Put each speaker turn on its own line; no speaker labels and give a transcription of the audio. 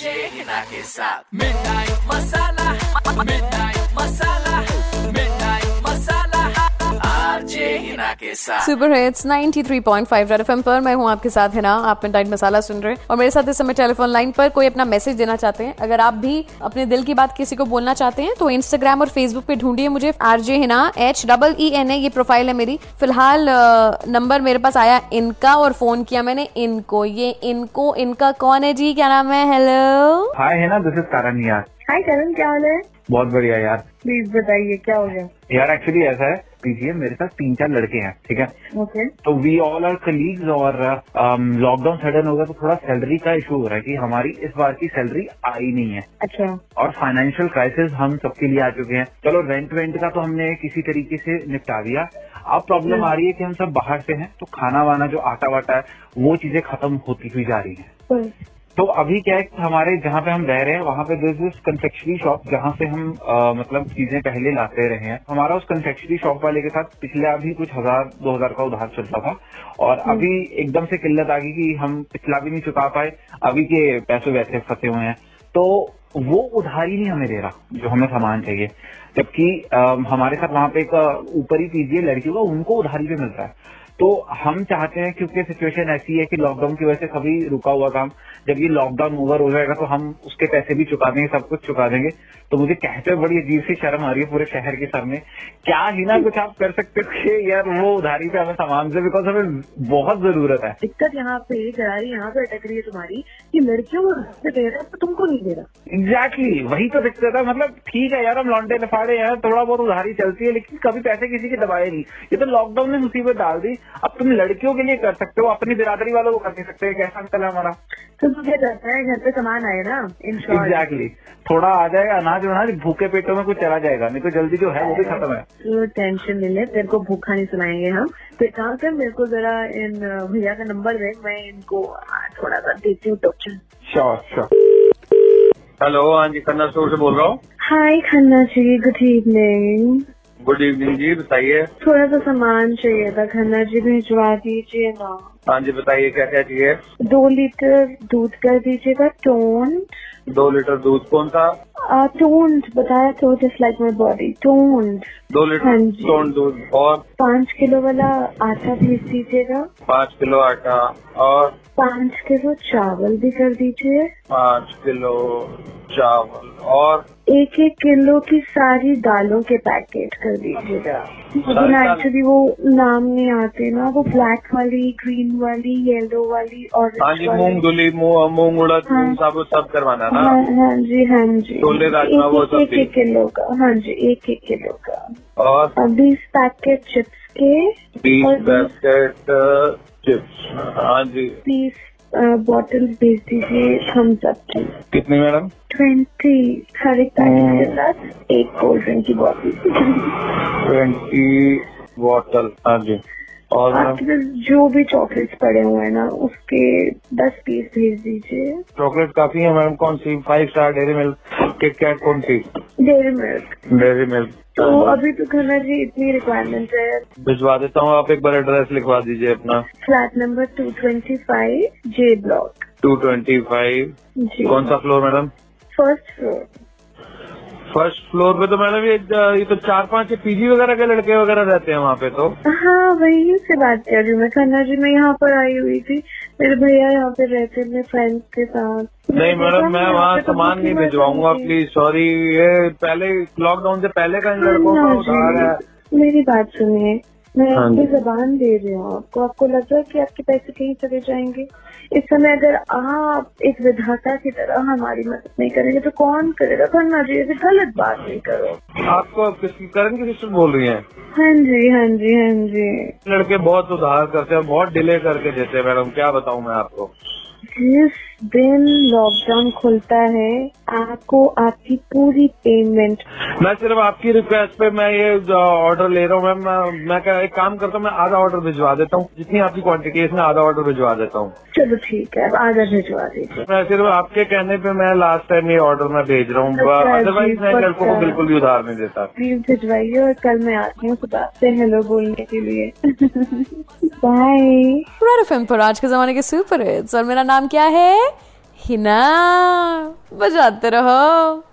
जे हिना के साथ मिठाई मसाला मिठाई मसाला मिठाई मसाला आरजे हिना के साथ
सुपर हिट्स 93.5 रेड एफएम पर मैं हूं आपके साथ हिना आप मिडनाइट मसाला सुन रहे हैं और मेरे साथ इस समय टेलीफोन लाइन पर कोई अपना मैसेज देना चाहते हैं अगर आप भी अपने दिल की बात किसी को बोलना चाहते हैं तो इंस्टाग्राम और फेसबुक पे ढूंढिए मुझे RJ Hina H double E N A ये प्रोफाइल E है मेरी फिलहाल अ, नंबर मेरे पास आया इनका और फोन किया मैंने इनको ये इनको इनका कौन है जी क्या नाम है हेलो
हाय है ना दिस इज कारण यार
हाय करण क्या हाल है
बहुत बढ़िया यार
प्लीज बताइए क्या हो गया
यार एक्चुअली ऐसा है पीसीए मेरे साथ तीन चार लड़के हैं ठीक है
ओके
तो वी ऑल आर कलीग्स और um, लॉकडाउन सडन होगा तो थोड़ा सैलरी का इशू हो रहा है कि हमारी इस बार की सैलरी आई नहीं है
अच्छा
और फाइनेंशियल क्राइसिस हम सबके लिए आ चुके हैं चलो रेंट वेंट का तो हमने किसी तरीके से निपटा दिया अब प्रॉब्लम आ रही है कि हम सब बाहर से हैं तो खाना वाना जो आटा वाटा है वो चीजें खत्म होती हुई जा रही हैं तो अभी क्या है कि हमारे जहाँ पे हम रह रहे हैं वहाँ पे दिस इज कन्फेक्शनरी शॉप जहाँ से हम अ, मतलब चीजें पहले लाते रहे हैं हमारा उस कन्फेक्शनरी शॉप वाले के साथ पिछले अभी कुछ हजार दो हजार का उधार चलता था और अभी एकदम से किल्लत आ गई कि हम पिछला भी नहीं चुका पाए अभी के पैसे वैसे फंसे हुए हैं तो वो उधार ही नहीं हमें दे रहा जो हमें सामान चाहिए जबकि अम, हमारे साथ वहाँ पे एक अ, ऊपरी पीजीए लड़की का उनको उधारी पे मिलता है तो हम चाहते हैं क्योंकि सिचुएशन ऐसी है कि लॉकडाउन की वजह से सभी रुका हुआ काम जब ये लॉकडाउन ओवर हो जाएगा तो हम उसके पैसे भी चुका देंगे सब कुछ चुका देंगे तो मुझे कहते हुए बड़ी अजीब सी शर्म आ रही है पूरे शहर के सामने क्या ही ना कुछ आप कर सकते हो कि यार वो उधारी पे हमें सामान से बिकॉज हमें बहुत जरूरत है
दिक्कत यहाँ पे करारी यहाँ पे अटक रही है तुम्हारी कि लड़कियों को रिश्ते दे रहा है तो तुमको नहीं दे रहा
एग्जैक्टली exactly, वही तो दिक्कत है मतलब ठीक है यार हम लौंडे लफाड़े हैं थोड़ा बहुत उधारी चलती है लेकिन कभी पैसे किसी के दबाए नहीं ये तो लॉकडाउन ने मुसीबत डाल दी अब तुम लड़कियों के लिए कर सकते हो अपनी बिरादरी वालों को कर नहीं सकते कैसा अंकल है हमारा
तुमको क्या तो करता है घर पे सामान आए ना इन शॉर्ट
एग्जैक्टली exactly. थोड़ा आ जाएगा अनाज वनाज भूखे पेटों में कुछ चला जाएगा नहीं तो जल्दी जो है वो भी खत्म है
तो टेंशन ले ले तेरे को भूखा नहीं सुनाएंगे हम तो एक काम कर मेरे को जरा इन अ, भैया का नंबर दे मैं इनको आ, थोड़ा सा देती हूँ डॉक्टर
श्योर श्योर
हेलो हाँ जी खन्ना स्टोर से बोल रहा हूँ
hi Khanna ji good evening
good evening जी बताइए
थोड़ा सा सामान चाहिए था खन्ना जी भिजवा दीजिए ना
हाँ जी बताइए क्या क्या चाहिए
दो लीटर दूध कर दीजिएगा टोंट
दो लीटर दूध कौन सा
टोंट बताया तो just like my body toned
दो
हाँ
लीटर
जी।
टोन दूध और
पाँच किलो वाला आटा भेज दीजिएगा
पाँच किलो आटा और
पाँच किलो चावल भी कर दीजिए
पाँच किलो चावल और
एक एक किलो की सारी दालों के पैकेट कर दीजिएगा
सारी
लेकिन
दाल-
एक्चुअली वो नाम नहीं आते ना वो ब्लैक वाली ग्रीन वाली येलो वाली और
हाँ जी मूंग धुली मूंग मूंग उड़द मूंग साबुत सब करवाना ना
हाँ हाँ जी हाँ जी
छोले राजमा
एक-
वो सब
एक
भी।
एक किलो का हाँ जी एक एक किलो का
और
और बीस पैकेट चिप्स के
बीस
और बीस-
पैकेट चिप्स हाँ जी
बीस बॉटल भेज दीजिए थम्स अप की
कितनी मैडम
ट्वेंटी हर एक पैकेट के साथ एक कोल्ड ड्रिंक की बॉटल
हाँ। ट्वेंटी बॉटल हाँ जी और
आपके पास तो जो भी चॉकलेट्स पड़े हुए हैं ना उसके दस पीस भेज दीजिए
चॉकलेट काफी है मैडम कौन सी Five Star Dairy Milk Kit Kat कौन सी
डेयरी मिल्क
डेयरी मिल्क
तो अभी तो खन्ना जी इतनी रिक्वायरमेंट है
भिजवा देता हूँ आप एक बार एड्रेस लिखवा दीजिए अपना
flat number two twenty five J block
two twenty five
जी
कौन सा floor madam
first floor
first floor पे तो मैडम ये ये तो चार पांच पीजी वगैरह के लड़के वगैरह रहते हैं वहाँ पे तो
हाँ वही से बात कर रही हूँ मैं खन्ना जी मैं यहाँ पर आई हुई थी मेरे भैया यहाँ पे रहते हैं फ्रेंड्स के साथ
नहीं मैडम मैं
यहाँ
वहाँ
पे तो
सामान नहीं
बहुत ही
भिजवाऊंगा
मजा आती है।
प्लीज सॉरी ये पहले लॉकडाउन से पहले का इन लड़कों का
खन्ना
उधार है
हाँ, जी मेरी बात सुनिए मैं
हाँ
आपकी
जी।
जबान दे रही हूँ आपको आपको लग रहा है कि आपके पैसे कहीं चले जाएंगे इस समय अगर आप एक विधाता की तरह हमारी मदद नहीं करेंगे तो कौन करेगा खन्ना जी ऐसे गलत बात नहीं करो
आपको किसकी करण की सिस्टर बोल रही हैं
हाँ जी हाँ जी हाँ जी
लड़के बहुत उधार करते हैं बहुत डिले करके देते हैं मैडम क्या बताऊँ मैं आपको
जिस दिन लॉकडाउन खुलता है आपको आपकी पूरी पेमेंट
मैं सिर्फ आपकी रिक्वेस्ट पे मैं ये ऑर्डर ले रहा हूँ मैम मैं, मैं क्या एक काम करता हूँ मैं आधा ऑर्डर भिजवा देता हूँ जितनी आपकी क्वांटिटी है इसमें आधा ऑर्डर भिजवा देता हूँ
चलो ठीक है अब आधा भिजवा दीजिए
मैं सिर्फ आपके कहने पे मैं लास्ट टाइम ये ऑर्डर मैं भेज रहा हूँ
अच्छा,
अदरवाइज
जी,
मैं लड़कों को
पक्का।
बिल्कुल भी उधार नहीं देता
प्लीज भिजवाइए और कल मैं आती हूँ सुबह से हेलो बोलने के लिए बाय
रेड एफएम पर आज के जमाने के सुपर हिट्स और मेरा नाम क्या है हिना बजाते रहो